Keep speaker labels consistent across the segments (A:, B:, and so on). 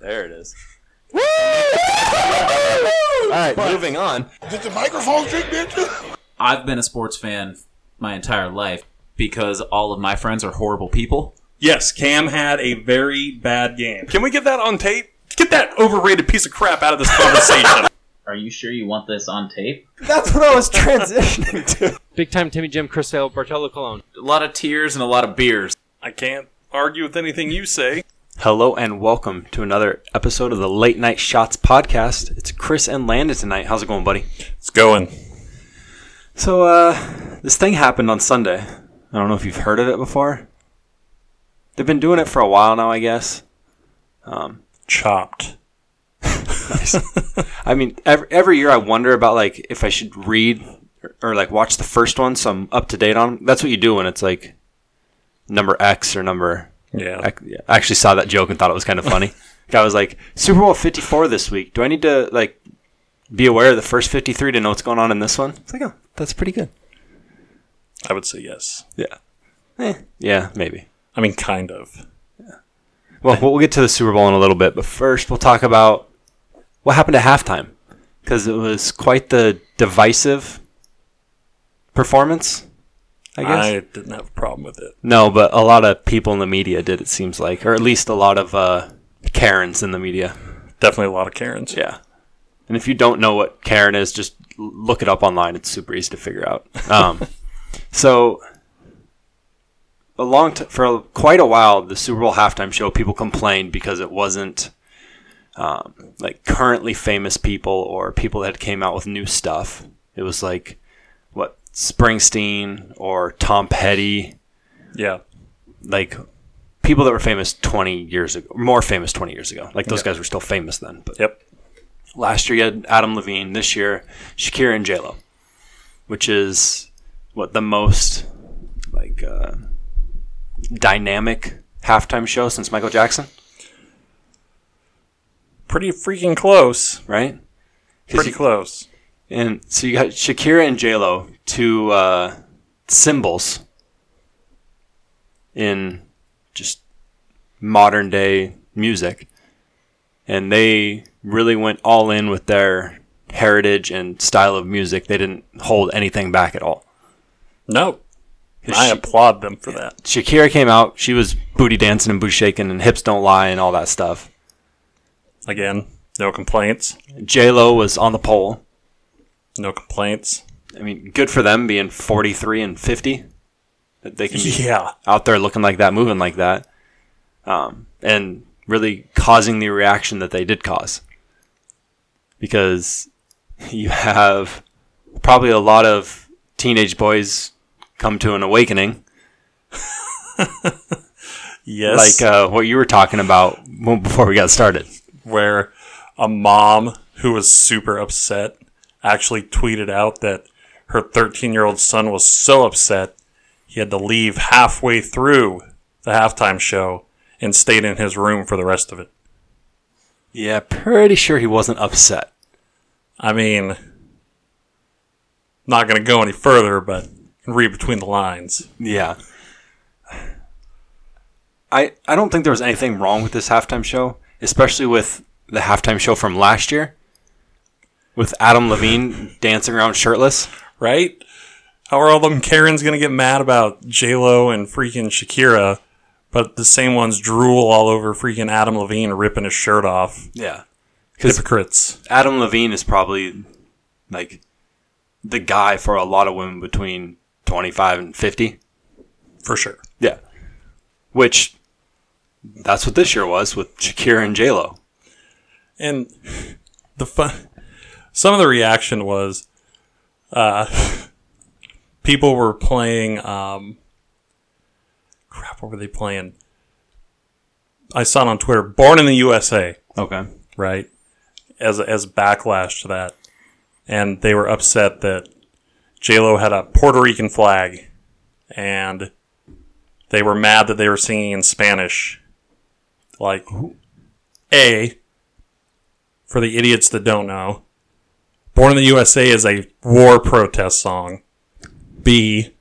A: There it is.
B: All right,
A: Moving on.
C: Did the microphone trick, bitch?
D: I've been a sports fan my entire life because all of my friends are horrible people.
E: Yes, Cam had a very bad game. Can we get that on tape? Get that overrated piece of crap out of this conversation.
F: Are you sure you want this on tape?
B: that's what I was transitioning to.
G: Big time Timmy Jim, Chris Sale, Bartolo Colon.
D: A lot of tears and a lot of beers.
E: I can't argue with anything you say.
H: Hello and welcome to another episode of the Late Night Shots podcast. It's Chris and Landon tonight. How's it going, buddy?
E: It's going.
H: So, uh, this thing happened on Sunday. I don't know if you've heard of it before. They've been doing it for a while now, I guess.
E: Chopped.
H: I mean, every, every year I wonder about like if I should read or, or like watch the first one so I'm up to date on. 'em. That's what you do when it's like number X or number
E: Yeah.
H: I I actually saw that joke and thought it was kind of funny. I was like, Super Bowl 54 this week. Do I need to like be aware of the first 53 to know what's going on in this one? It's like, oh, that's pretty good.
E: I would say yes.
H: Yeah. Eh, yeah, maybe.
E: I mean, kind of.
H: Well, we'll get to the Super Bowl in a little bit, but first we'll talk about what happened at halftime because it was quite the divisive performance. I guess.
E: I didn't have a problem with it.
H: No, but a lot of people in the media did. It seems like, or at least a lot of uh, Karens in the media.
E: Definitely a lot of Karens.
H: Yeah. And if you don't know what Karen is, just l- look it up online. It's super easy to figure out. Um, so, a long t- for a- quite a while, the Super Bowl halftime show people complained because it wasn't um, like currently famous people or people that came out with new stuff. It was like what Springsteen or Tom Petty,
E: Yeah.
H: like people that were famous 20 years ago, more famous 20 years ago. Like those guys were still famous then, but
E: Yep.
H: Last year you had Adam Levine. This year, Shakira and J Lo, which is what the most like uh, dynamic halftime show since Michael Jackson,
E: Pretty freaking close.
H: right? 'Cause
E: Pretty
H: you-
E: close.
H: And so you got Shakira and J Lo, two uh, symbols in just modern day music, and they really went all in with their heritage and style of music. They didn't hold anything back at all.
E: No.
H: 'Cause
E: I
H: Sha-
E: applaud them for that.
H: Shakira came out. She was booty dancing and booty shaking and hips don't lie and all that stuff.
E: Again, no complaints.
H: J Lo was on the pole.
E: No complaints.
H: I mean, good for them being 43 and 50. That they can be
E: Yeah.
H: out there looking like that, moving like that, um, and really causing the reaction that they did cause. Because you have probably a lot of teenage boys come to an awakening,
E: Yes.
H: like uh, what you were talking about when- before we got started.
E: where a mom who was super upset actually tweeted out that her 13 year old son was so upset he had to leave halfway through the halftime show and stayed in his room for the rest of it.
H: Yeah, pretty sure he wasn't upset.
E: I mean, not going to go any further, but read between the lines.
H: Yeah. I I don't think there was anything wrong with this halftime show, especially with the halftime show from last year with Adam Levine dancing around shirtless.
E: right? How are all them Karens gonna get mad about J Lo and freaking Shakira, but the same ones drool all over freaking Adam Levine ripping his shirt off?
H: Yeah.
E: Hypocrites.
H: Adam Levine is probably like the guy for a lot of women between 25 and 50.
E: For sure.
H: Yeah. Which that's what this year was with Shakira and J-Lo.
E: And the fun some of the reaction was uh people were playing um crap, what were they playing? I saw it on Twitter, Born in the USA.
H: Okay.
E: right? As as backlash to that, and they were upset that J Lo had a Puerto Rican flag, and they were mad that they were singing in Spanish. Like, a for the idiots that don't know, "Born in the USA" is a war protest song. B,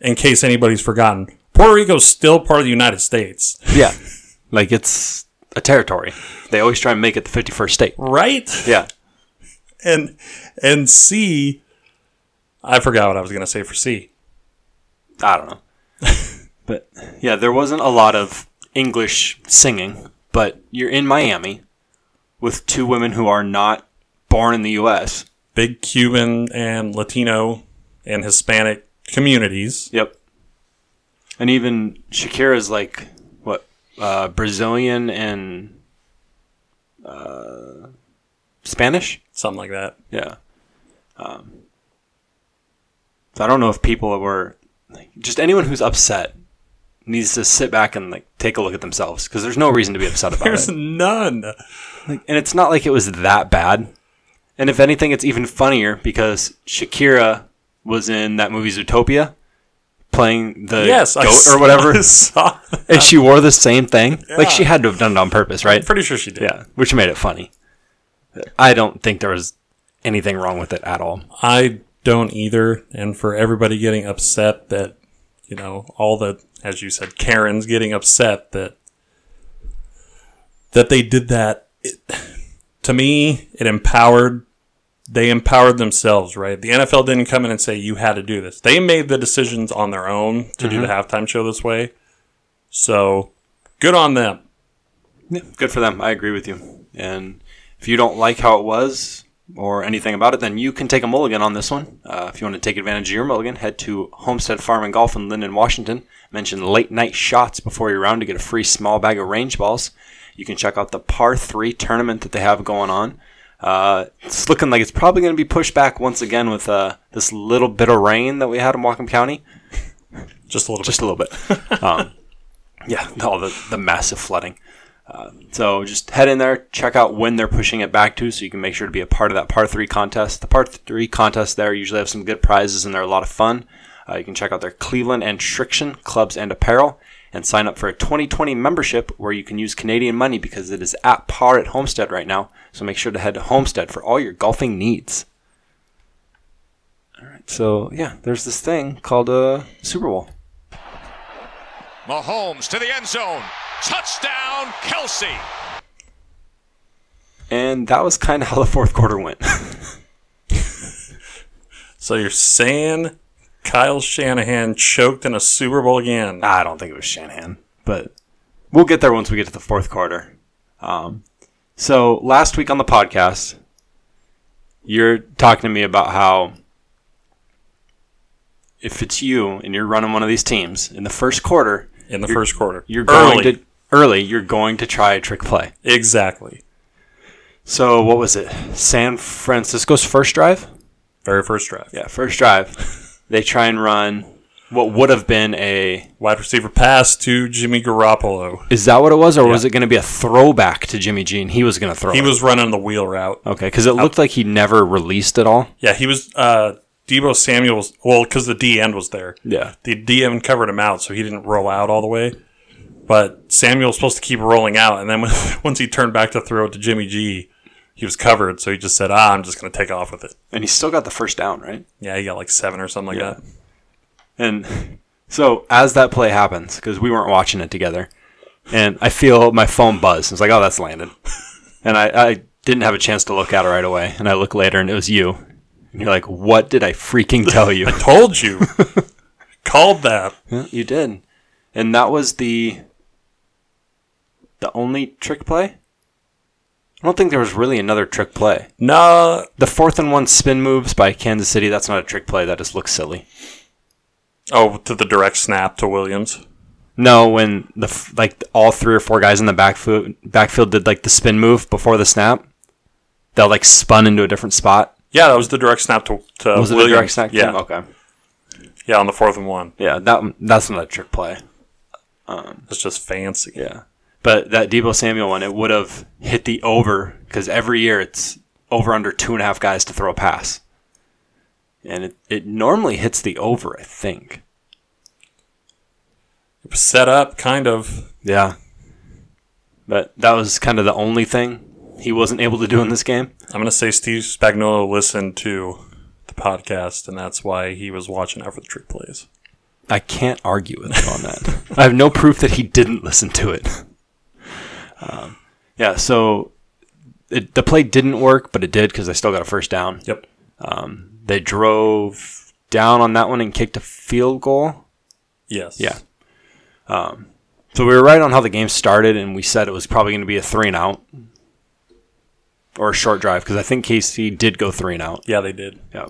E: in case anybody's forgotten, Puerto Rico's still part of the United States.
H: Yeah. like it's a territory. They always try and make it the 51st state.
E: Right?
H: Yeah.
E: And and C I forgot what I was going to say for C.
H: I don't know. but yeah, there wasn't a lot of English singing, but you're in Miami with two women who are not born in the US.
E: Big Cuban and Latino and Hispanic communities.
H: Yep. And even Shakira's like what uh, Brazilian and uh, Spanish.
E: something like that.
H: Yeah. Um, so I don't know if people were like, just anyone who's upset needs to sit back and like take a look at themselves because there's no reason to be upset about
E: There's
H: it.
E: none.
H: And it's not like it was that bad. And if anything, it's even funnier because Shakira was in that movie Zootopia playing the
E: yes, I
H: goat
E: saw-
H: or whatever.
E: I saw that.
H: and she wore the same thing. Like she had to have done it on purpose, right?
E: Pretty sure she did.
H: yeah, which made it funny. I don't think there was anything wrong with it at all.
E: I don't either. And for everybody getting upset that, you know, all the, as you said, Karen's getting upset that, that they did that, it, to me, it empowered, they empowered themselves, right? The NFL didn't come in and say, you had to do this. They made the decisions on their own to
H: Mm-hmm.
E: do the halftime show this way. So good on them.
H: Good for them. I agree with you. And if you don't like how it was or anything about it, then you can take a mulligan on this one. Uh, if you want to take advantage of your mulligan, head to Homestead Farm and Golf in Linden, Washington. Mention late night shots before your round to get a free small bag of range balls. You can check out the par three tournament that they have going on. Uh, it's looking like it's probably going to be pushed back once again with uh, this little bit of rain that we had in Whatcom County
E: Just a little
H: just a little bit. um, yeah, all the, the massive flooding. Uh, so just head in there, check out when they're pushing it back to, so you can make sure to be a part of that par three contest. The par three contests there usually have some good prizes and they're a lot of fun. Uh, you can check out their Cleveland and Shriction clubs and apparel and sign up for a 2020 membership where you can use Canadian money because it is at par at Homestead right now. So make sure to head to Homestead for all your golfing needs. All right, so yeah, there's this thing called a Super Bowl.
A: Mahomes to the end zone. Touchdown, Kelsey.
H: And that was kind of how the fourth quarter went.
E: So you're saying Kyle Shanahan choked in a Super Bowl again?
H: I don't think it was Shanahan, but we'll get there once we get to the fourth quarter. Um, so last week on the podcast, you're talking to me about how if it's you and you're running one of these teams in the first quarter,
E: in the
H: You're-
E: first quarter.
H: you're
E: Early.
H: going to early, you're going to try a trick play.
E: exactly
H: So what was it? San Francisco's first drive?
E: very first drive.
H: Yeah, first drive. They try and run what would have been a
E: Wide receiver pass to Jimmy Garoppolo.
H: Is that what it was, or was it going to be a throwback to Jimmy G? And he was going to throw.
E: He
H: it?
E: was running the wheel route.
H: okay because it looked like he never released it all.
E: Yeah, he was. Uh, Debo Samuel's well because the D end was there.
H: Yeah,
E: The D end covered him out, so he didn't roll out all the way. But Samuel was supposed to keep rolling out, and then when, once he turned back to throw it to Jimmy G, he was covered. So he just said, "Ah, I'm just going to take off with it."
H: and he still got the first down, right?
E: Yeah, he got like seven or something like
H: Yeah.
E: that.
H: And so as that play happens, because we weren't watching it together, and I feel my phone buzz. It's like, oh, that's landed, and I, I didn't have a chance to look at it right away. And I look later, and it was you. And you're like, what did I freaking tell you?
E: Told you, called that.
H: you did, and that was the the only trick play. I don't think there was really another trick play.
E: No,
H: The fourth and one spin moves by Kansas City, that's not a trick play. That just looks silly.
E: Oh, to the direct snap to Williams.
H: No, when the f- like all three or four guys in the backfield backfield did like the spin move before the snap, they like spun into a different spot.
E: Yeah, that was the direct snap to, to
H: Was it
E: Williams.
H: a direct snap?
E: Yeah,
H: Okay.
E: yeah, on the fourth and one.
H: Yeah, that that's not a trick play.
E: It's just fancy.
H: Yeah. But that Debo Samuel one, it would have hit the over because every year it's over under two and a half guys to throw a pass, and it it normally hits the over, I think.
E: It was set up kind of.
H: Yeah. But that was kind of the only thing he wasn't able to do in this game.
E: I'm gonna say Steve Spagnuolo listened to the podcast, and that's why he was watching out for the trick plays.
H: I can't argue with him on that. I have no proof that he didn't listen to it. Um, Yeah, so it, the play didn't work, but it did because they still got a first down.
E: Yep.
H: They drove down on that one and kicked a field goal.
E: Yes.
H: Yeah. So we were right on how the game started, and we said it was probably going to be a three and out or a short drive because I think KC did go three and out.
E: Yeah, they did.
H: Yeah.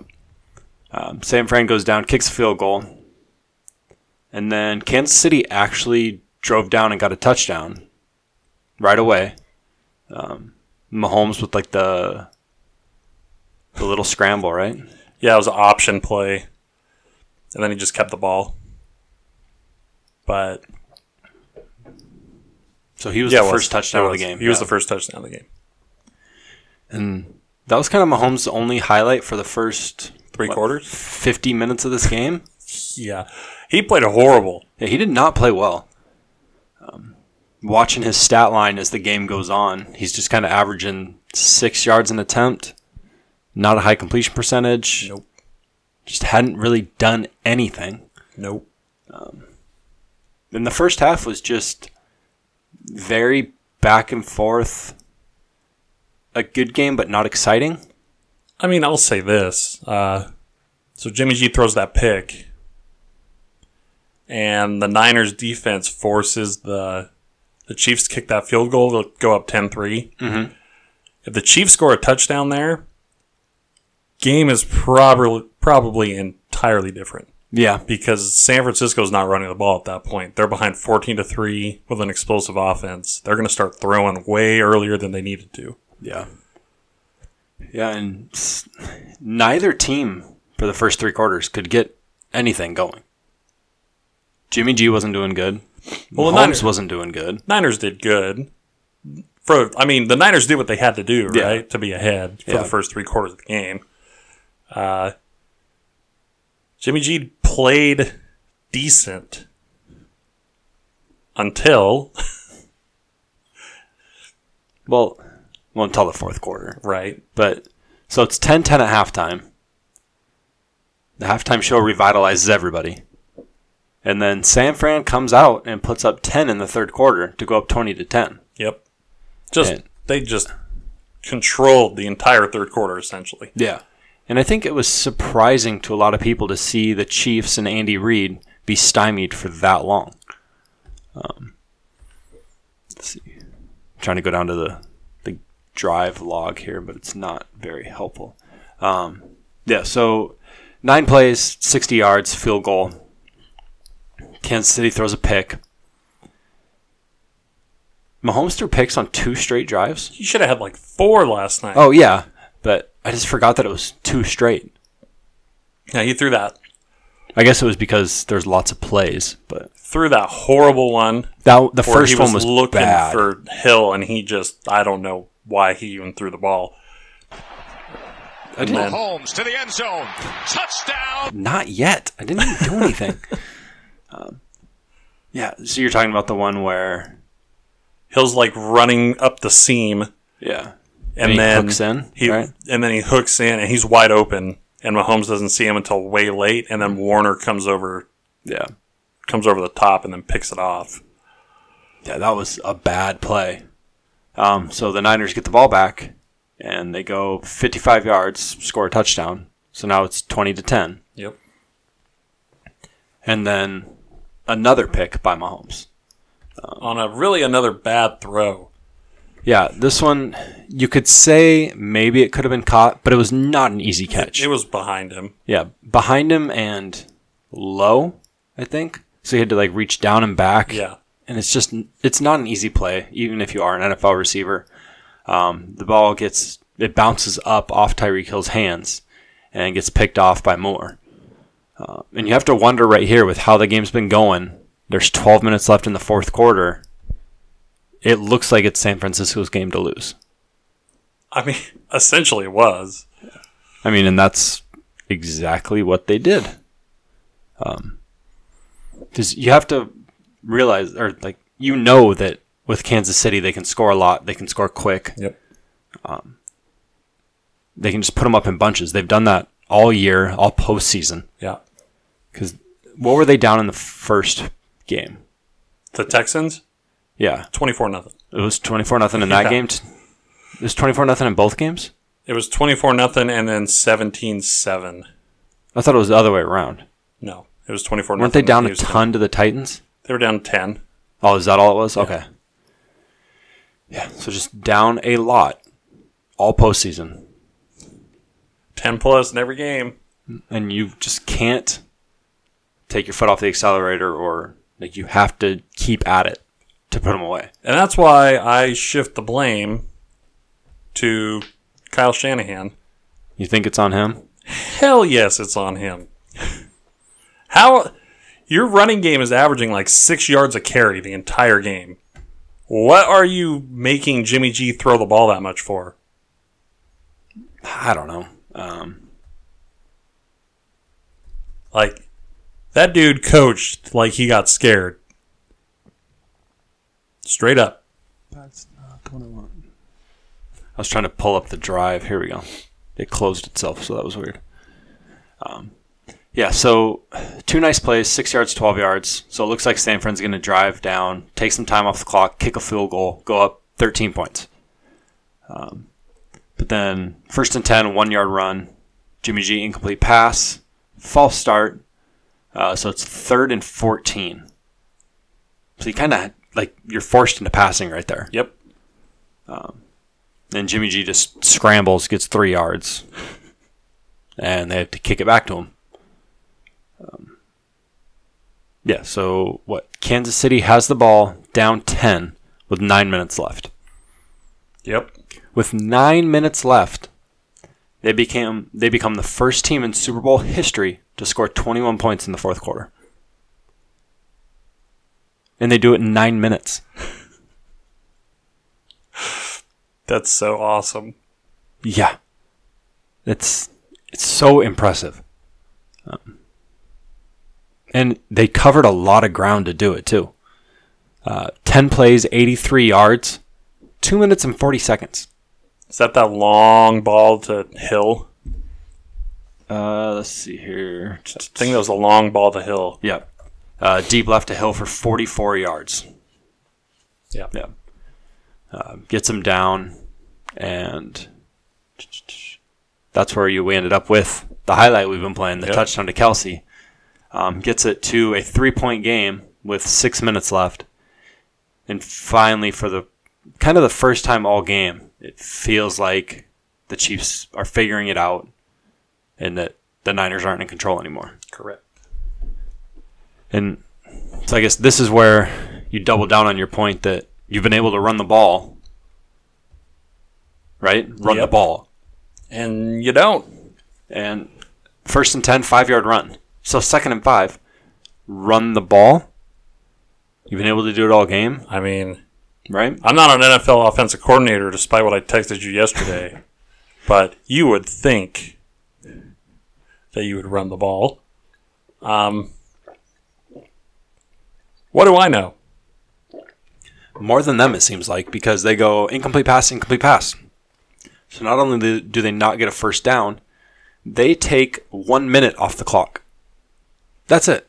H: Um, San Fran goes down, kicks a field goal. And then Kansas City actually drove down and got a touchdown right away. Um, Mahomes with like the the little scramble, right?
E: Yeah, it was an option play. And then he just kept the ball. But
H: So he was
E: yeah,
H: the
E: it was.
H: first touchdown
E: It
H: of the
E: was.
H: game.
E: He was
H: Yeah.
E: the first touchdown of the game.
H: And that was kind of Mahomes' only highlight for the first
E: Three
H: what,
E: quarters?
H: 50 minutes of this game.
E: Yeah. He played horrible.
H: Yeah, he did not play well. Um, watching his stat line as the game goes on, he's just kind of averaging six yards an attempt, not a high completion percentage.
E: Nope.
H: Just hadn't really done anything.
E: Nope.
H: And the first half was just very back and forth. A good game, but not exciting.
E: I mean, I'll say this. Uh, so Jimmy G throws that pick, and the Niners defense forces the the Chiefs to kick that field goal. They'll go up 10 3. If the Chiefs score a touchdown there, game is probably, probably entirely different
H: Yeah.
E: because San Francisco's not running the ball at that point. They're behind 14 to 3 with an explosive offense. They're going to start throwing way earlier than they needed to.
H: Yeah. Yeah, and s- neither team for the first three quarters could get anything going. Jimmy G wasn't doing good.
E: Well, the
H: Mahomes
E: Niners-
H: wasn't doing good.
E: Niners did good. For I mean, the Niners did what they had to do,
H: Yeah.
E: right, to be ahead for
H: Yeah.
E: the first three quarters of the game. Uh, Jimmy G played decent until
H: Well, well, until the fourth quarter.
E: right.
H: But so it's 10-10 at halftime. The halftime show revitalizes everybody. And then San Fran comes out and puts up 10 in the third quarter to go up 20 to 10.
E: Yep, just
H: Yeah.
E: they just controlled the entire third quarter essentially.
H: Yeah. And I think it was surprising to a lot of people to see the Chiefs and Andy Reid be stymied for that long. Um, let's see. I'm trying to go down to the, the drive log here, but it's not very helpful. Um, yeah, so nine plays, 60 yards, field goal. Kansas City throws a pick. Mahomes threw picks on two straight drives.
E: He should have had like four last night.
H: Oh yeah, but I just forgot that it was two straight.
E: yeah, he threw that
H: I guess it was because there's lots of plays, but
E: threw that horrible one
H: that the
E: where
H: first
E: he was
H: one was
E: looking
H: bad.
E: for Hill, and he just I don't know why he even threw the ball. And then
A: Mahomes to the end zone. Touchdown.
H: Not yet. I didn't even do anything. um, yeah, so you're talking about the one where
E: Hill's like running up the seam, and,
H: yeah, he
E: then
H: hooks in,
E: he-
H: right?
E: and then he hooks in, and he's wide open, and Mahomes doesn't see him until way late, and then Warner comes over
H: yeah,
E: comes over the top and then picks it off.
H: yeah, that was a bad play. Um, so the Niners get the ball back, and they go 55 yards, score a touchdown. So now it's 20 to 10.
E: Yep.
H: and then another pick by Mahomes.
E: On a really another bad throw.
H: Yeah, this one you could say maybe it could have been caught, but it was not an easy catch.
E: It was behind him.
H: yeah, behind him and low, I think. So he had to like reach down and back.
E: Yeah.
H: and it's just it's not an easy play, even if you are an NFL receiver. Um, the ball gets it bounces up off Tyreek Hill's hands and gets picked off by Moore. Uh, and you have to wonder right here with how the game's been going. There's 12 minutes left in the fourth quarter. It looks like it's San Francisco's game to lose.
E: I mean, essentially it was.
H: I mean, and that's exactly what they did. Um, 'cause you have to realize, or like, you know that with Kansas City, they can score a lot. They can score quick.
E: Yep.
H: Um, they can just put them up in bunches. They've done that all year, all postseason.
E: Yeah.
H: Because what were they down in the first game?
E: The Texans?
H: Yeah,
E: 24 nothing.
H: it was twenty four nothing in that
E: Yeah.
H: game. T- it was twenty four nothing in both games.
E: It was 24 nothing and then 17 7.
H: I thought it was the other way around.
E: No, it was 24
H: Weren't they down a ton to the Titans?
E: They were down 10.
H: Oh, is that all it was? Okay. Yeah, so just down a lot all postseason.
E: 10 plus in every game.
H: And you just can't take your foot off the accelerator or like you have to keep at it to put them away.
E: And that's why I shift the blame to Kyle Shanahan.
H: You think it's on him?
E: Hell yes, it's on him. How your running game is averaging like six yards a carry the entire game. What are you making Jimmy G throw the ball that much for?
H: I don't know. Um,
E: Like that dude coached like he got scared. Straight up.
H: I was trying to pull up the drive. Here we go. It closed itself, so that was weird. Um, yeah, so two nice plays, six yards, 12 yards. So it looks like Stanford's going to drive down, take some time off the clock, kick a field goal, go up 13 points. Um, but then first and 10, one yard run. Jimmy G, incomplete pass, false start. Uh, so it's third and 14. So you kind of like you're forced into passing right there. Um,
E: Yep.
H: Then Jimmy G just scrambles, gets three yards, and they have to kick it back to him. Um, yeah, so what? Kansas City has the ball down 10 with nine minutes left.
E: Yep.
H: With nine minutes left, they became they become the first team in Super Bowl history to score 21 points in the fourth quarter, and they do it in nine minutes.
E: That's so awesome.
H: Yeah, it's it's so impressive, um, and they covered a lot of ground to do it too. Uh, Ten plays, eighty-three yards, two minutes and forty seconds.
E: Is that that long ball to Hill?
H: Uh, let's see here.
E: I think that was a long ball to Hill.
H: Yep. Uh, deep left to Hill for 44 yards.
E: Yep.
H: Yep. Uh, gets him down, and that's where you we ended up with the highlight we've been playing, the
E: Yep.
H: touchdown to Kelsey. Um, gets it to a three-point game with six minutes left, and finally, for the kind of the first time all game, it feels like the Chiefs are figuring it out, and that the Niners aren't in control anymore.
E: Correct.
H: And so I guess this is where you double down on your point that you've been able to run the ball, right? Run
E: Yep.
H: the ball.
E: And you don't.
H: And first and 10, five yard run. So second and five, run the ball. You've been able to do it all game,
E: I mean,
H: right?
E: I'm not an NFL offensive coordinator, despite what I texted you yesterday. but you would think that you would run the ball. Um, what do I know?
H: More than them, it seems like, because they go incomplete pass, incomplete pass. So not only do- do they not get a first down, they take one minute off the clock. That's it.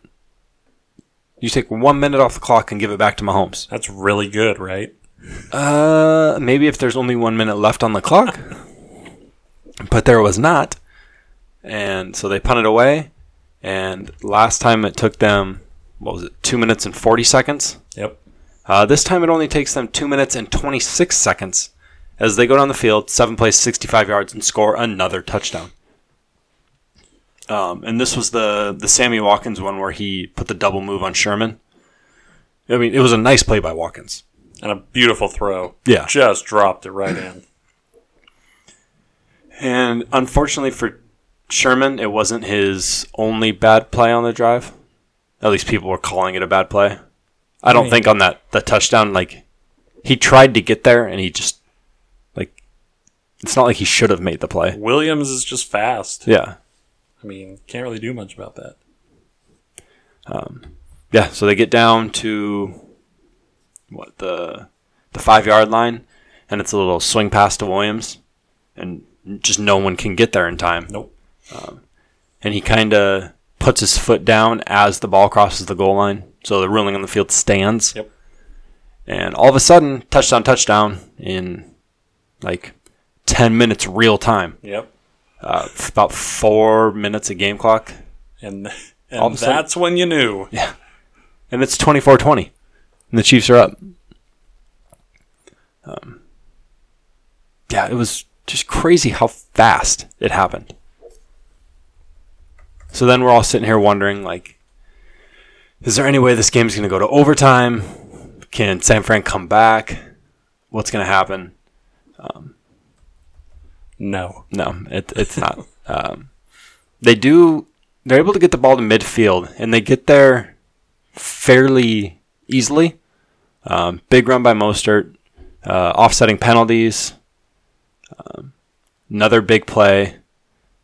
H: You take one minute off the clock and give it back to Mahomes.
E: That's really good, right?
H: Uh, maybe if there's only one minute left on the clock, but there was not, and so they punted away. And last time it took them, what was it, two minutes and forty seconds?
E: Yep.
H: Uh, this time it only takes them two minutes and twenty six seconds as they go down the field, seven plays, sixty five yards, and score another touchdown. Um, and this was the the Sammy Watkins one where he put the double move on Sherman. I mean, it was a nice play by Watkins.
E: And a beautiful throw.
H: Yeah.
E: Just dropped it right in.
H: And unfortunately for Sherman, it wasn't his only bad play on the drive. At least people were calling it a bad play. I don't think on that the touchdown like he tried to get there and he just like it's not like he should have made the play.
E: Williams is just fast.
H: Yeah.
E: I mean, can't really do much about that.
H: Yeah, so they get down to what the the 5-yard line and it's a little swing pass to Williams and just no one can get there in time.
E: Nope.
H: and he kind of puts his foot down as the ball crosses the goal line. So the ruling on the field stands.
E: Yep.
H: And all of a sudden, touchdown, touchdown in like 10 minutes real time,
E: Yep.
H: uh, f- about four minutes a game clock.
E: And
H: All of
E: and
H: a sudden-
E: that's when you knew.
H: And it's 24 20. And the Chiefs are up. Um, yeah, it was just crazy how fast it happened. So then we're all sitting here wondering, like, is there any way this game's going to go to overtime? Can San Fran come back? What's going to happen?
E: No.
H: No, it, it's not. um, they do. They're able to get the ball to midfield, and they get there fairly easily. Um, big run by Mostert, uh, offsetting penalties. Um, another big play.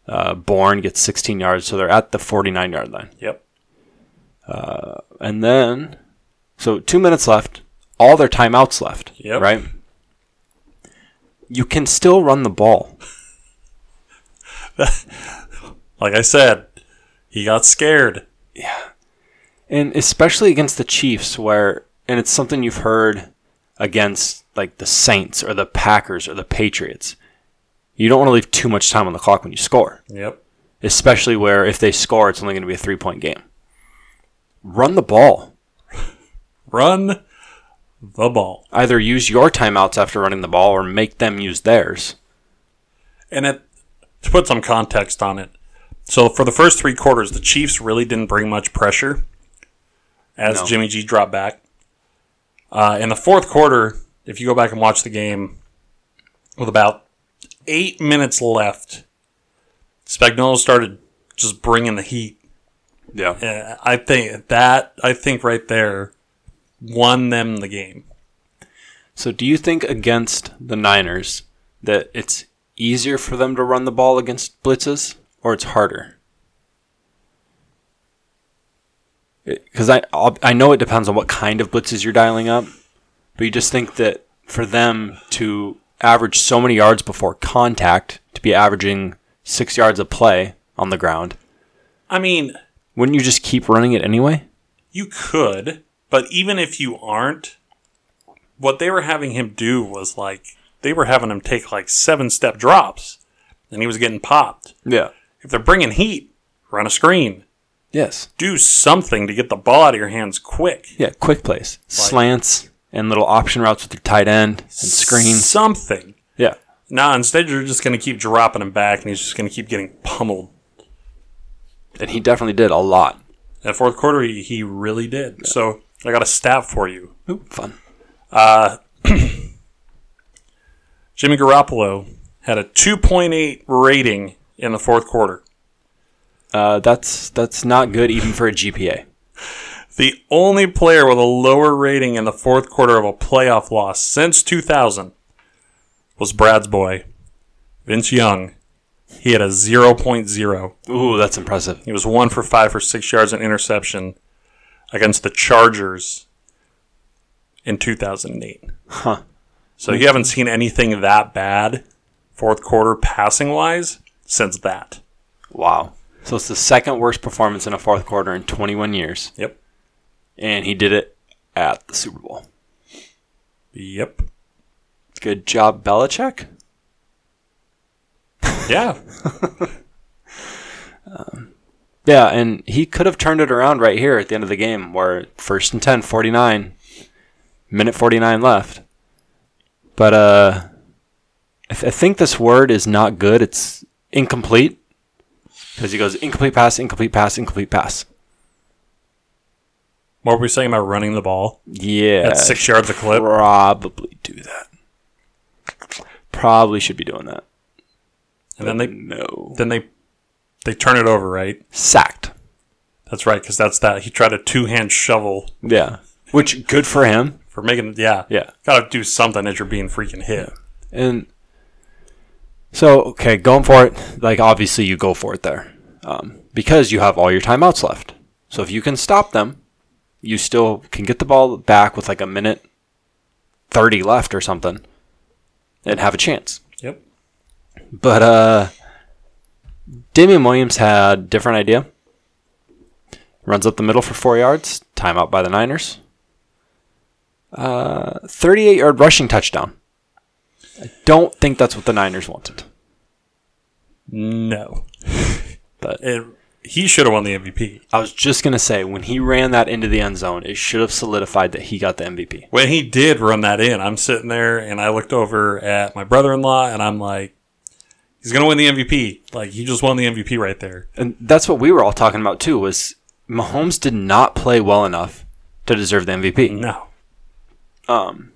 H: Uh, Bourne gets 16 yards, so they're at the 49 yard line.
E: Yep.
H: And then, so two minutes left, all their timeouts left.
E: Yep.
H: Right? You can still run the ball.
E: Like I said, he got scared.
H: and especially against the Chiefs, where and it's something you've heard against like the Saints or the Packers or the Patriots. You don't want to leave too much time on the clock when you score,
E: Yep.
H: especially where if they score, it's only going to be a three point game. Run the ball.
E: Run the ball.
H: Either use your timeouts after running the ball or make them use theirs.
E: And it, to put some context on it, so for the first three quarters, the Chiefs really didn't bring much pressure as
H: No.
E: Jimmy G dropped back. Uh, in the fourth quarter, if you go back and watch the game, with about eight minutes left, Spagnuolo started just bringing the heat.
H: Yeah.
E: Uh, I think that I think right there won them the game.
H: So do you think against the Niners that it's easier for them to run the ball against blitzes or it's harder? Because I I'll- I know it depends on what kind of blitzes you're dialing up, but you just think that for them to average so many yards before contact, to be averaging six yards a play on the ground,
E: I mean,
H: wouldn't you just keep running it anyway?
E: You could, but even if you aren't, what they were having him do was like they were having him take like seven step drops and he was getting popped.
H: Yeah.
E: If they're bringing heat, run a screen,
H: Yes.
E: do something to get the ball out of your hands quick.
H: Yeah. Quick plays, slants, and little option routes with your tight end and screens.
E: Something.
H: Yeah.
E: Nah, instead you're just going to keep dropping him back and he's just going to keep getting pummeled.
H: and he definitely did a lot.
E: That fourth quarter, he, he really did. So I got a stat for you.
H: Fun.
E: Jimmy Garoppolo had a 2.8 rating in the fourth quarter.
H: Uh, that's that's not good even for a GPA.
E: the only player with a lower rating in the fourth quarter of a playoff loss since 2000 was Brad's boy, Vince Young. He had a 0.0.
H: Ooh, that's impressive.
E: He was one for five for six yards and interception against the Chargers in 2008.
H: Huh.
E: So you haven't seen anything that bad, fourth quarter passing wise, since that.
H: Wow. So it's the second worst performance in a fourth quarter in 21 years,
E: Yep.
H: and he did it at the Super Bowl.
E: Yep.
H: Good job, Belichick.
E: Yeah.
H: Yeah, and he could have turned it around right here at the end of the game, where first and 10, 49, minute 49 left. But uh, I, th- I think this word is not good. It's incomplete because he goes incomplete pass, incomplete pass, incomplete pass.
E: what were we saying about running the ball
H: Yeah,
E: at six yards a clip?
H: probably do that. Probably should be doing that.
E: And then they
H: no
E: then they they turn it over, right?
H: sacked.
E: That's right, because that's that. He tried a two hand shovel
H: Yeah, which good for him.
E: for making. Yeah,
H: Yeah.
E: Got to do something as you're being freaking hit.
H: And so, okay, going for it, like obviously you go for it there um, because you have all your timeouts left. So if you can stop them, you still can get the ball back with like a minute 30 left or something and have a chance.
E: Yep.
H: But uh, Damian Williams had different idea. Runs up the middle for four yards, timeout by the Niners. 38 Uh, yard rushing touchdown. I don't think that's what the Niners wanted.
E: No.
H: But-
E: it, he should have won the MVP.
H: I was just going to say, when he ran that into the end zone, it should have solidified that he got the MVP.
E: When he did run that in, I'm sitting there and I looked over at my brother in law and I'm like, he's going to win the MVP. Like, he just won the MVP right there.
H: And that's what we were all talking about, too, was Mahomes did not play well enough to deserve the MVP.
E: No.
H: Um,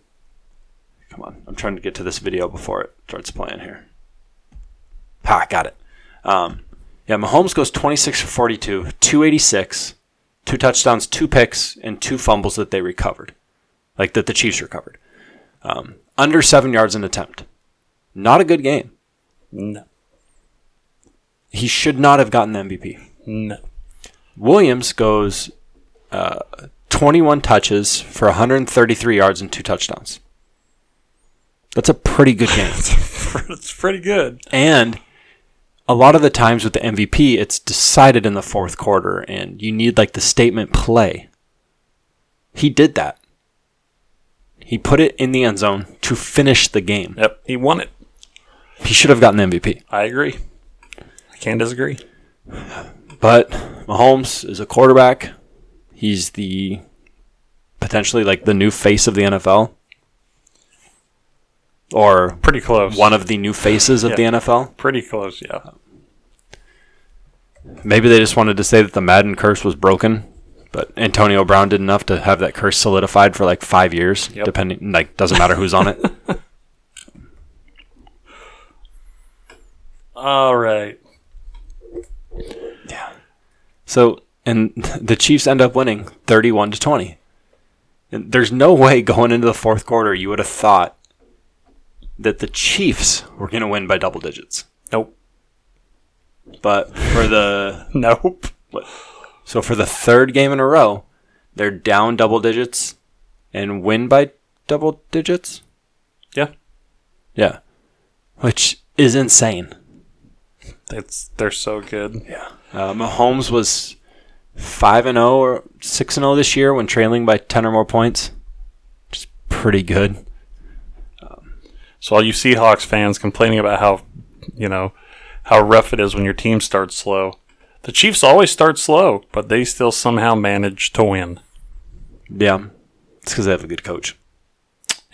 H: come on, I'm trying to get to this video before it starts playing here. Ah, got it. Um, yeah, Mahomes goes 26 for 42, 286, two touchdowns, two picks, and two fumbles that they recovered, like that the Chiefs recovered. Um, under seven yards an attempt. Not a good game.
E: No.
H: He should not have gotten the MVP.
E: No.
H: Williams goes uh, 21 touches for 133 yards and two touchdowns. That's a pretty good game.
E: it's pretty good.
H: and a lot of the times with the MVP, it's decided in the fourth quarter, and you need like the statement play. He did that. He put it in the end zone to finish the game.
E: Yep. He won it.
H: He should have gotten the MVP.
E: I agree. I can't disagree.
H: But Mahomes is a quarterback. He's the potentially like the new face of the NFL. Or
E: Pretty close.
H: one of the new faces of
E: Yeah.
H: the NFL.
E: Pretty close, yeah.
H: Maybe they just wanted to say that the Madden curse was broken, but Antonio Brown did enough to have that curse solidified for like five years,
E: Yep.
H: depending like doesn't matter who's on it.
E: All right.
H: So and the Chiefs end up winning thirty one to twenty. And there's no way going into the fourth quarter you would have thought that the Chiefs were gonna win by double digits.
E: Nope.
H: But for the
E: Nope.
H: so for the third game in a row, they're down double digits and win by double digits.
E: Yeah.
H: Yeah. Which is insane.
E: It's they're so good.
H: Uh, Mahomes was 5 and 0 or 6 and 0 this year when trailing by 10 or more points. Which is pretty good.
E: So all you Seahawks fans complaining about how you know how rough it is when your team starts slow. The Chiefs always start slow, but they still somehow manage to win
H: Yeah. It's cuz they have a good coach.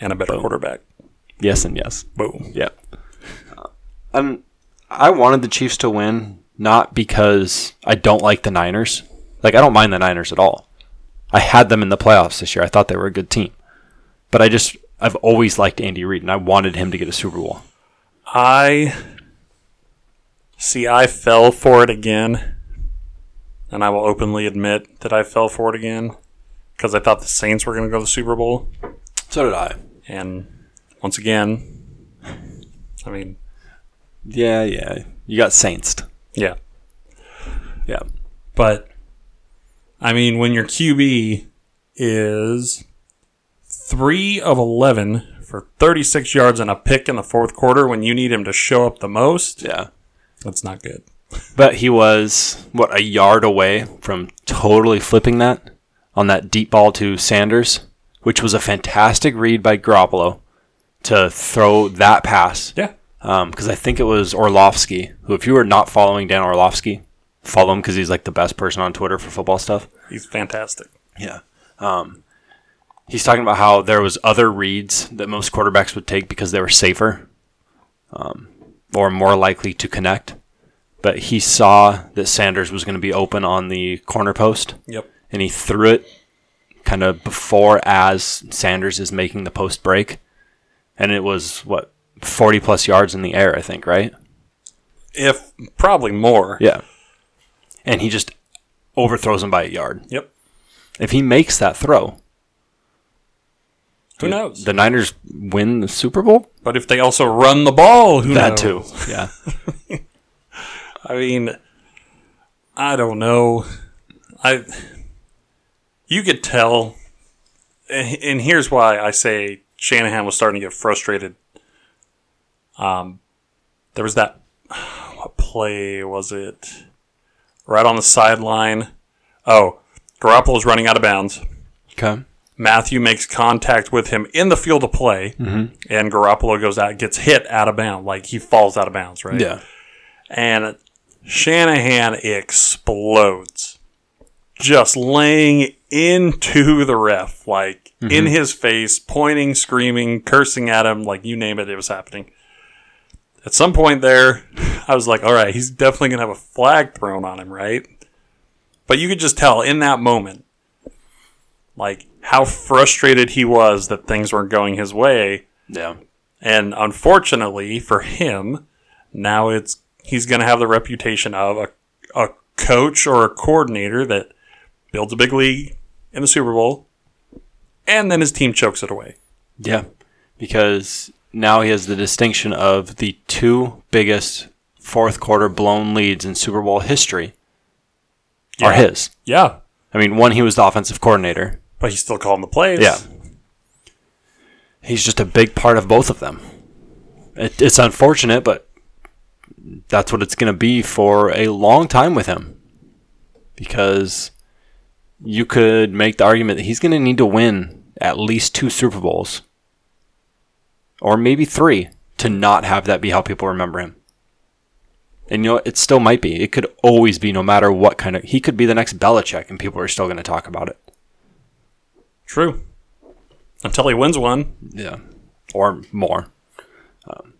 E: and a better quarterback.
H: Yes and yes.
E: Boom.
H: Yeah. Um, I wanted the Chiefs to win not because I don't like the Niners. Like I don't mind the Niners at all. I had them in the playoffs this year. I thought they were a good team. But I just I've always liked Andy Reid and I wanted him to get a Super Bowl.
E: I see I fell for it again. And I will openly admit that I fell for it again because I thought the Saints were going to go to the Super Bowl.
H: So did I.
E: And once again, I mean,
H: Yeah, yeah. You got Saints.
E: yeah.
H: Yeah.
E: But I mean, when your QB is three of eleven for thirty-six yards and a pick in the fourth quarter, when you need him to show up the most,
H: Yeah.
E: that's not good.
H: But he was what a yard away from totally flipping that on that deep ball to Sanders, which was a fantastic read by Garoppolo to throw that pass.
E: Yeah,
H: because I think it was Orlovsky. Who, if you are not following Dan Orlovsky, follow him because he's like the best person on Twitter for football stuff.
E: he's fantastic.
H: Yeah. Um, he's talking about how there was other reads that most quarterbacks would take because they were safer um, or more likely to connect. But he saw that Sanders was going to be open on the corner post,
E: Yep.
H: and he threw it kind of before as Sanders is making the post break, and it was what forty plus yards in the air, I think, right?
E: If probably more.
H: Yeah. And he just overthrows him by a yard.
E: Yep.
H: If he makes that throw,
E: Who knows?
H: the Niners win the Super Bowl?
E: but if they also run the ball, who
H: That
E: knows?
H: too. Yeah.
E: I mean, I don't know. I you could tell, and and here's why I say Shanahan was starting to get frustrated. Um, there was that what play was it? Right on the sideline. Oh, Garoppolo's running out of bounds.
H: Okay.
E: Matthew makes contact with him in the field of play, and Garoppolo goes out, gets hit out of bounds, like he falls out of bounds, right?
H: Yeah.
E: and Shanahan explodes, just laying into the ref, like in his face, pointing, screaming, cursing at him, like you name it, it was happening. At some point there, I was like, all right, he's definitely going to have a flag thrown on him, right? But you could just tell in that moment, like how frustrated he was that things weren't going his way.
H: Yeah.
E: And unfortunately for him, now it's he's going to have the reputation of a, a coach or a coordinator that builds a big league in the Super Bowl, and then his team chokes it away.
H: Yeah. Because now he has the distinction of the two biggest fourth quarter blown leads in Super Bowl history are
E: Yeah.
H: his.
E: Yeah,
H: I mean, one, he was the offensive coordinator.
E: but he's still calling the plays.
H: Yeah. He's just a big part of both of them. It, it's unfortunate, but that's what it's going to be for a long time with him. Because you could make the argument that he's going to need to win at least two Super Bowls, or maybe three, to not have that be how people remember him. And you know, what? it still might be. It could always be, no matter what kind of. He could be the next Belichick, and people are still going to talk about it.
E: true. Until he wins one,
H: Yeah, or more. Um,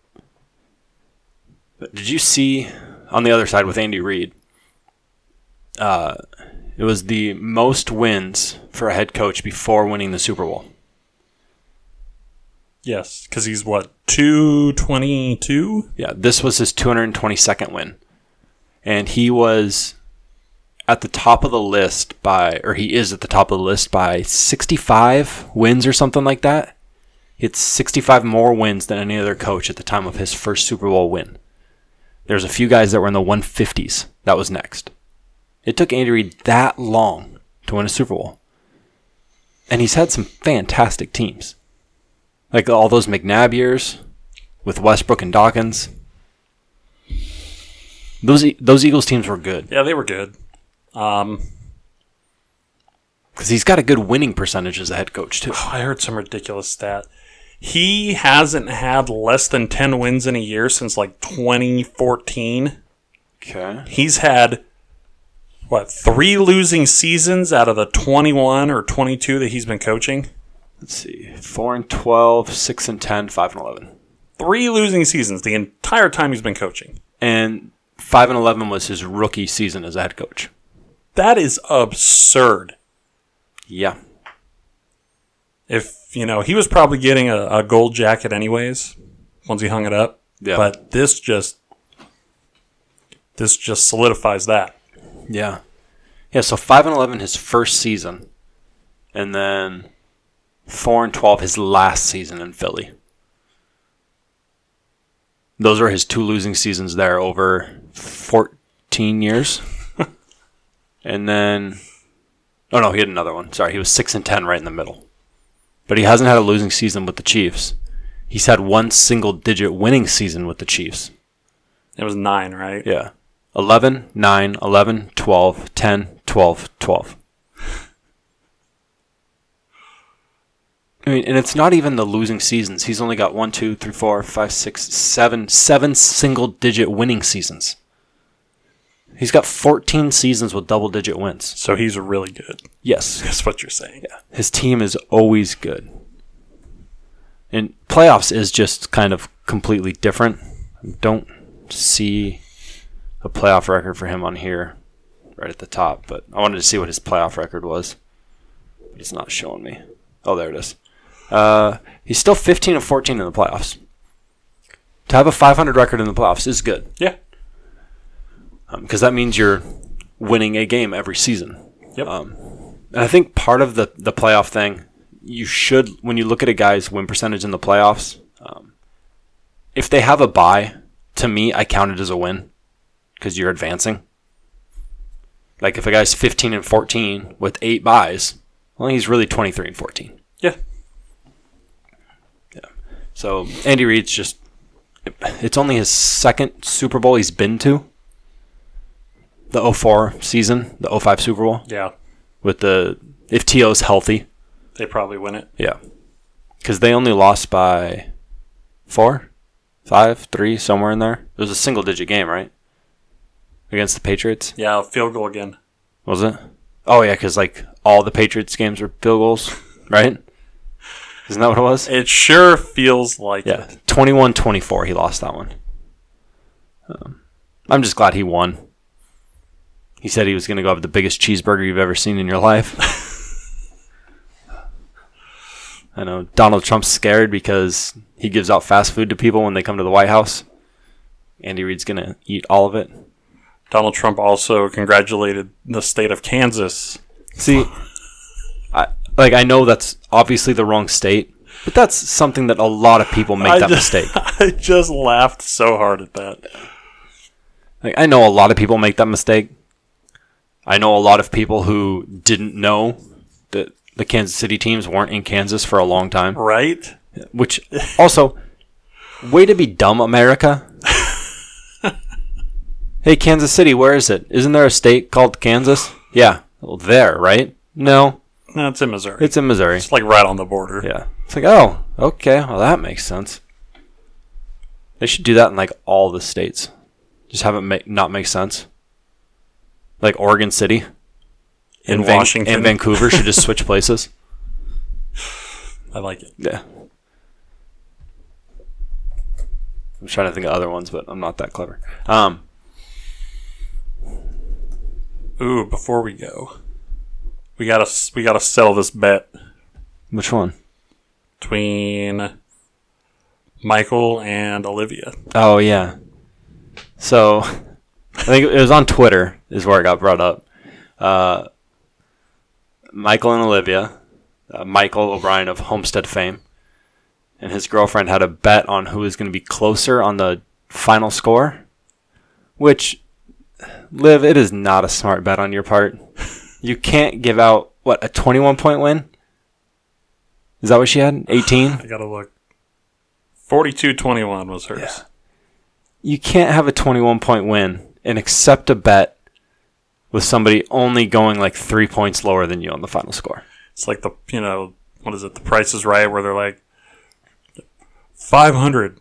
H: but did you see on the other side with Andy Reid? Uh, it was the most wins for a head coach before winning the Super Bowl.
E: yes, because he's what two twenty two.
H: Yeah, this was his 222nd win, and he was at the top of the list by, or he is at the top of the list by 65 wins or something like that. He had 65 more wins than any other coach at the time of his first Super Bowl win. There's a few guys that were in the 150s. That was next. It took Andy Reid that long to win a Super Bowl, and he's had some fantastic teams, like all those McNabb years with Westbrook and Dawkins. Those E- those Eagles teams were good
E: Yeah, they were good. Um,
H: because he's got a good winning percentage as a head coach too.
E: I heard some ridiculous stat. He hasn't had less than ten wins in a year since like twenty fourteen.
H: Okay.
E: he's had what three losing seasons out of the 21 or 22 that he's been coaching
H: Let's see. 4 and 12, 6 and 10, 5 and 11.
E: three losing seasons the entire time he's been coaching
H: And 5 and 11 was his rookie season as a head coach.
E: that is absurd
H: Yeah.
E: if you know he was probably getting a, a gold jacket anyways once he hung it up
H: Yeah.
E: but this just this just solidifies that
H: Yeah. Yeah, so 5 and 11 his first season and then 4 and 12 his last season in Philly. Those are his two losing seasons there over 14 years. and then Oh no, he had another one. Sorry, he was 6 and 10 right in the middle. But he hasn't had a losing season with the Chiefs. He's had one single digit winning season with the Chiefs.
E: it was nine right
H: Yeah. 11, 9, 11, 12, 10, 12, 12. I mean, and it's not even the losing seasons. He's only got one, two, three, four, five, six, seven, seven single digit winning seasons. He's got 14 seasons with double digit wins.
E: so he's really good
H: Yes.
E: that's what you're saying yeah
H: His team is always good. And playoffs is just kind of completely different. I don't see a playoff record for him on here right at the top, but I wanted to see what his playoff record was. But it's not showing me. Oh, there it is. Uh, he's still 15 and 14 in the playoffs. To have a 500 record in the playoffs is good
E: yeah
H: because Um, that means you're winning a game every season.
E: Yep.
H: Um, and I think part of the the playoff thing, you should when you look at a guy's win percentage in the playoffs, um, if they have a bye, to me, I count it as a win because you're advancing. Like if a guy's 15 and 14 with eight buys, well, he's really 23 and 14.
E: yeah
H: So Andy Reid's just it's only his second Super Bowl he's been to. The 04 season, the 05 Super Bowl
E: yeah
H: with the if TO's healthy.
E: they probably win it.
H: Yeah. Because they only lost by four, five, three, somewhere in there. It was a single digit game, right? Against the Patriots,
E: Yeah, field goal again.
H: was it? Oh, yeah, because like all the Patriots games were field goals, right? Isn't that what it was?
E: It sure feels like
H: Yeah.
E: it.
H: 21 24, he lost that one. Um, I'm just glad he won. He said he was going to go have the biggest cheeseburger you've ever seen in your life. I know Donald Trump's scared because he gives out fast food to people when they come to the White House. Andy Reid's going to eat all of it.
E: Donald Trump also congratulated the state of Kansas.
H: See, I, like, I know that's obviously the wrong state, but that's something that a lot of people make
E: I
H: that
E: just-
H: mistake.
E: I just laughed so hard at that.
H: Like, I know a lot of people make that mistake. I know a lot of people who didn't know that the Kansas City teams weren't in Kansas for a long time.
E: Right?
H: Which also, way to be dumb, America. hey, Kansas City, where is it? Isn't there a state called Kansas? Yeah, well, there, right? No,
E: No, it's in Missouri.
H: it's in Missouri.
E: It's like right on the border.
H: Yeah, it's like oh, okay, well that makes sense. They should do that in like all the states. Just have it make not make sense. Like Oregon City
E: In
H: and Van-
E: Washington.
H: and Vancouver should just switch places.
E: I like it.
H: Yeah. I'm trying to think of other ones, but I'm not that clever. Um,
E: Ooh, before we go, we gotta we gotta settle this bet
H: which one?
E: between Michael and Olivia.
H: Oh yeah. So I think it was on Twitter is where it got brought up. Uh, Michael and Olivia, uh, Michael O'Brien of Homestead fame, and his girlfriend had a bet on who was going to be closer on the final score. Which, Liv, it is not a smart bet on your part. You can't give out what a twenty-one point win. Is that what she had? Eighteen.
E: I gotta look. Forty-two twenty-one was hers.
H: you can't have a 21 point win and accept a bet with somebody only going like three points lower than you on the final score.
E: It's like the you know what is it? The Price is Right, where they're like 500,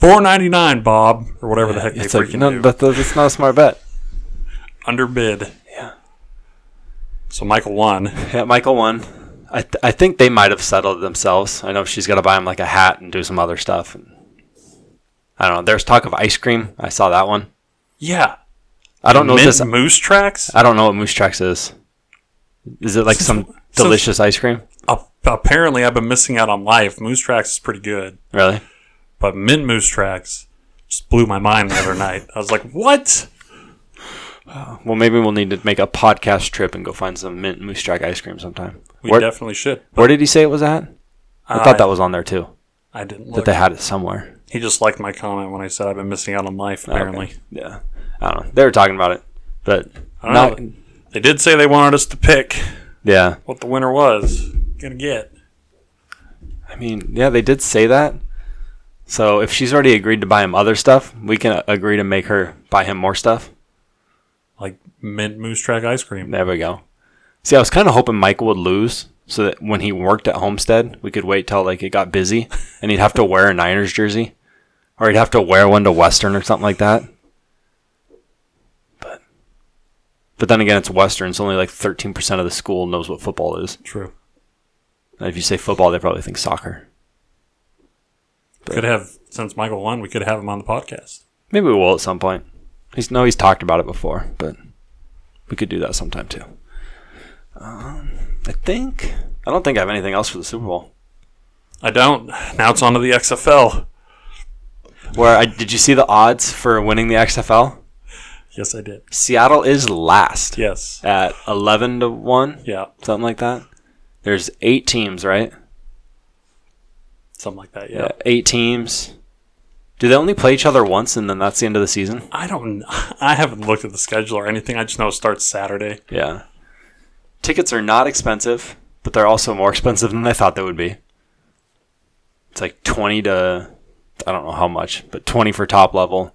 E: 499, Bob, or whatever the heck they
H: It's
E: freaking
H: like, no,
E: do.
H: that, that- that's not a smart bet.
E: Underbid.
H: Yeah.
E: So Michael won.
H: Yeah, Michael won. I, th- I think they might have settled themselves. I know she's got to buy him like a hat and do some other stuff. I don't know. There's talk of ice cream. I saw that one.
E: Yeah.
H: I don't know what
E: Mint
H: this.
E: moose tracks.
H: I don't know what Moose Tracks is. Is it like some
E: so-
H: delicious ice cream?
E: Ap- apparently, I've been missing out on life. Moose tracks is pretty good,
H: Really?
E: but mint moose tracks just blew my mind the other night. I was like, what?
H: Well, maybe we'll need to make a podcast trip and go find some mint Moose Track ice cream sometime.
E: We
H: Where-
E: definitely should.
H: Where did he say it was at? I thought that was on there too.
E: I didn't
H: That
E: look.
H: they had it somewhere.
E: he just liked my comment when I said I've been missing out on
H: Oh,
E: life. Apparently,
H: Yeah. I don't know. They were talking about it, but
E: I don't
H: not.
E: know. They did say they wanted us to pick
H: Yeah.
E: what the winner was gonna get.
H: I mean, yeah, they did say that. So if she's already agreed to buy him other stuff, we can uh, agree to make her buy him more stuff.
E: Like mint moose track ice cream.
H: There we go. See, I was kind of hoping Michael would lose so that when he worked at Homestead, we could wait till like it got busy and he'd have to wear a Niners jersey or he'd have to wear one to Western or something like that. But but then again, it's Western, so only like 13% of the school knows what football is.
E: True.
H: And if you say football, they probably think soccer.
E: Could have since Michael won, we could have him on the podcast.
H: Maybe we will at some point. He's no, he's talked about it before, but we could do that sometime too. Um, I think I don't think I have anything else for the Super Bowl.
E: I don't. Now it's on to the XFL.
H: Where I, did you see the odds for winning the XFL?
E: Yes, I did.
H: Seattle is last
E: Yes.
H: at eleven to one,
E: Yeah.
H: something like that. There's eight teams, right?
E: Something like that.
H: Yeah,
E: Yeah.
H: eight teams. Do they only play each other once, and then that's the end of the season?
E: I don't. I haven't looked at the schedule or anything. I just know it starts Saturday.
H: Yeah. Tickets are not expensive, but they're also more expensive than I thought they would be. It's like twenty to I don't know how much, but twenty for top level.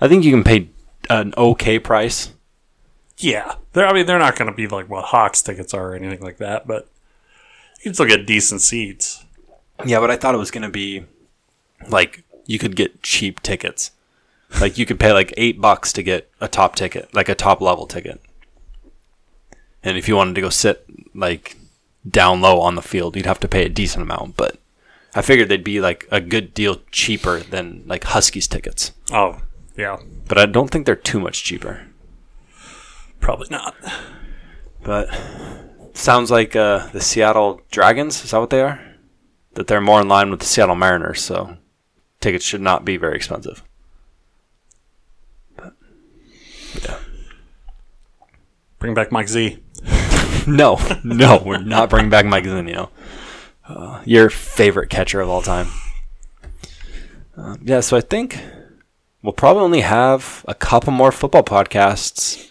H: I think you can pay an okay price.
E: Yeah. They're, I mean, they're not going to be like what Hawks tickets are or anything like that, but You can still get decent seats.
H: Yeah, but I thought it was going to be like you could get cheap tickets. Like you could pay like 8 bucks to get a top ticket, like a top level ticket. And if you wanted to go sit like down low on the field, you'd have to pay a decent amount, but I figured they'd be like a good deal cheaper than like Huskies tickets.
E: Oh, yeah,
H: But I don't think they're too much cheaper.
E: probably not.
H: But sounds like uh, the Seattle Dragons. Is that what they are? That they're more in line with the Seattle Mariners, so tickets should not be very expensive.
E: Bring back Mike Z.
H: No, no, we're not bringing back Mike Zunino, uh, your favorite catcher of all time. Uh, yeah, so I think we'll probably only have a couple more football podcasts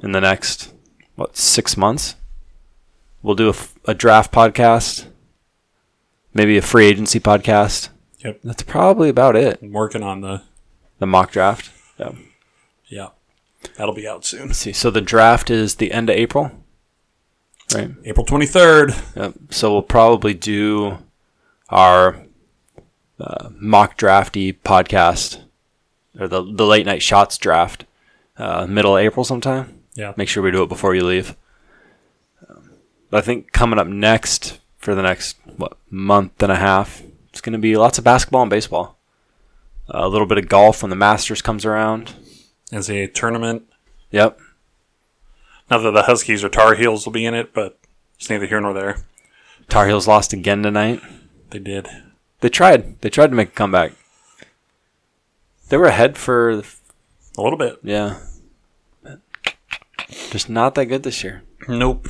H: in the next what six months. We'll do a, f- a draft podcast, maybe a free agency podcast.
E: Yep.
H: That's probably about it.
E: I'm working on the
H: The mock draft. Yeah.
E: yeah. That'll be out soon.
H: Let's see. So the draft is the end of April, right?
E: April twenty third.
H: Yep. So we'll probably do our uh, mock drafty podcast or the the late night shots draft uh, middle of April sometime.
E: Yeah.
H: Make sure we do it before you leave. Um, I think coming up next for the next what month and a half, it's going to be lots of basketball and baseball. a little bit of golf when the Masters comes around.
E: NCAA tournament.
H: Yep.
E: Not that the Huskies or Tar Heels will be in it, but it's neither here nor there.
H: Tar Heels lost again tonight.
E: They did.
H: They tried. They tried to make a comeback. They were ahead for the
E: A little bit.
H: Yeah. Just not that good this year.
E: Nope.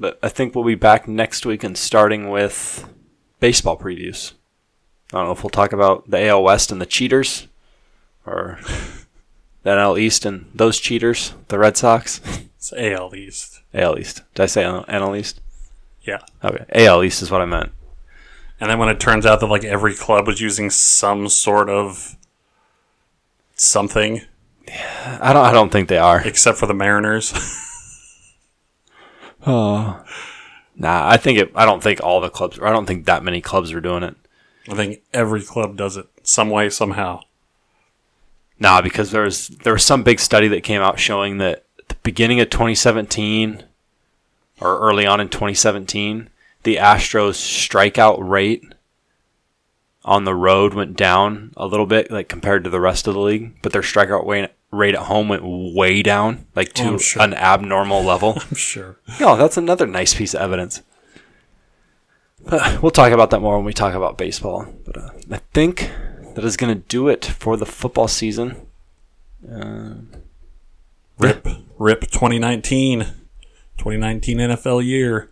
H: But I think we'll be back next week and starting with baseball previews. I don't know if we'll talk about the AL West and the cheaters or the NL East and those cheaters, the Red Sox.
E: It's AL East.
H: AL East. Did I say NL East?
E: Yeah.
H: Okay. AL East is what I meant.
E: And then when it turns out that like every club was using some sort of something
H: I don't I don't think they are.
E: except for the Mariners.
H: Nah, I think it I don't think all the clubs or I don't think that many clubs are doing it.
E: I think every club does it some way somehow.
H: Nah, because there was there was some big study that came out showing that at the beginning of 2017 or early on in 2017, the Astros strikeout rate on the road went down a little bit, like compared to the rest of the league, but their strikeout wa- rate at home went way down, like to
E: Oh, sure.
H: an abnormal level.
E: I'm sure.
H: no, that's another nice piece of evidence. But we'll talk about that more when we talk about baseball. But uh, I think that is going to do it for the football season.
E: Rip, rip 2019. 2019 NFL year.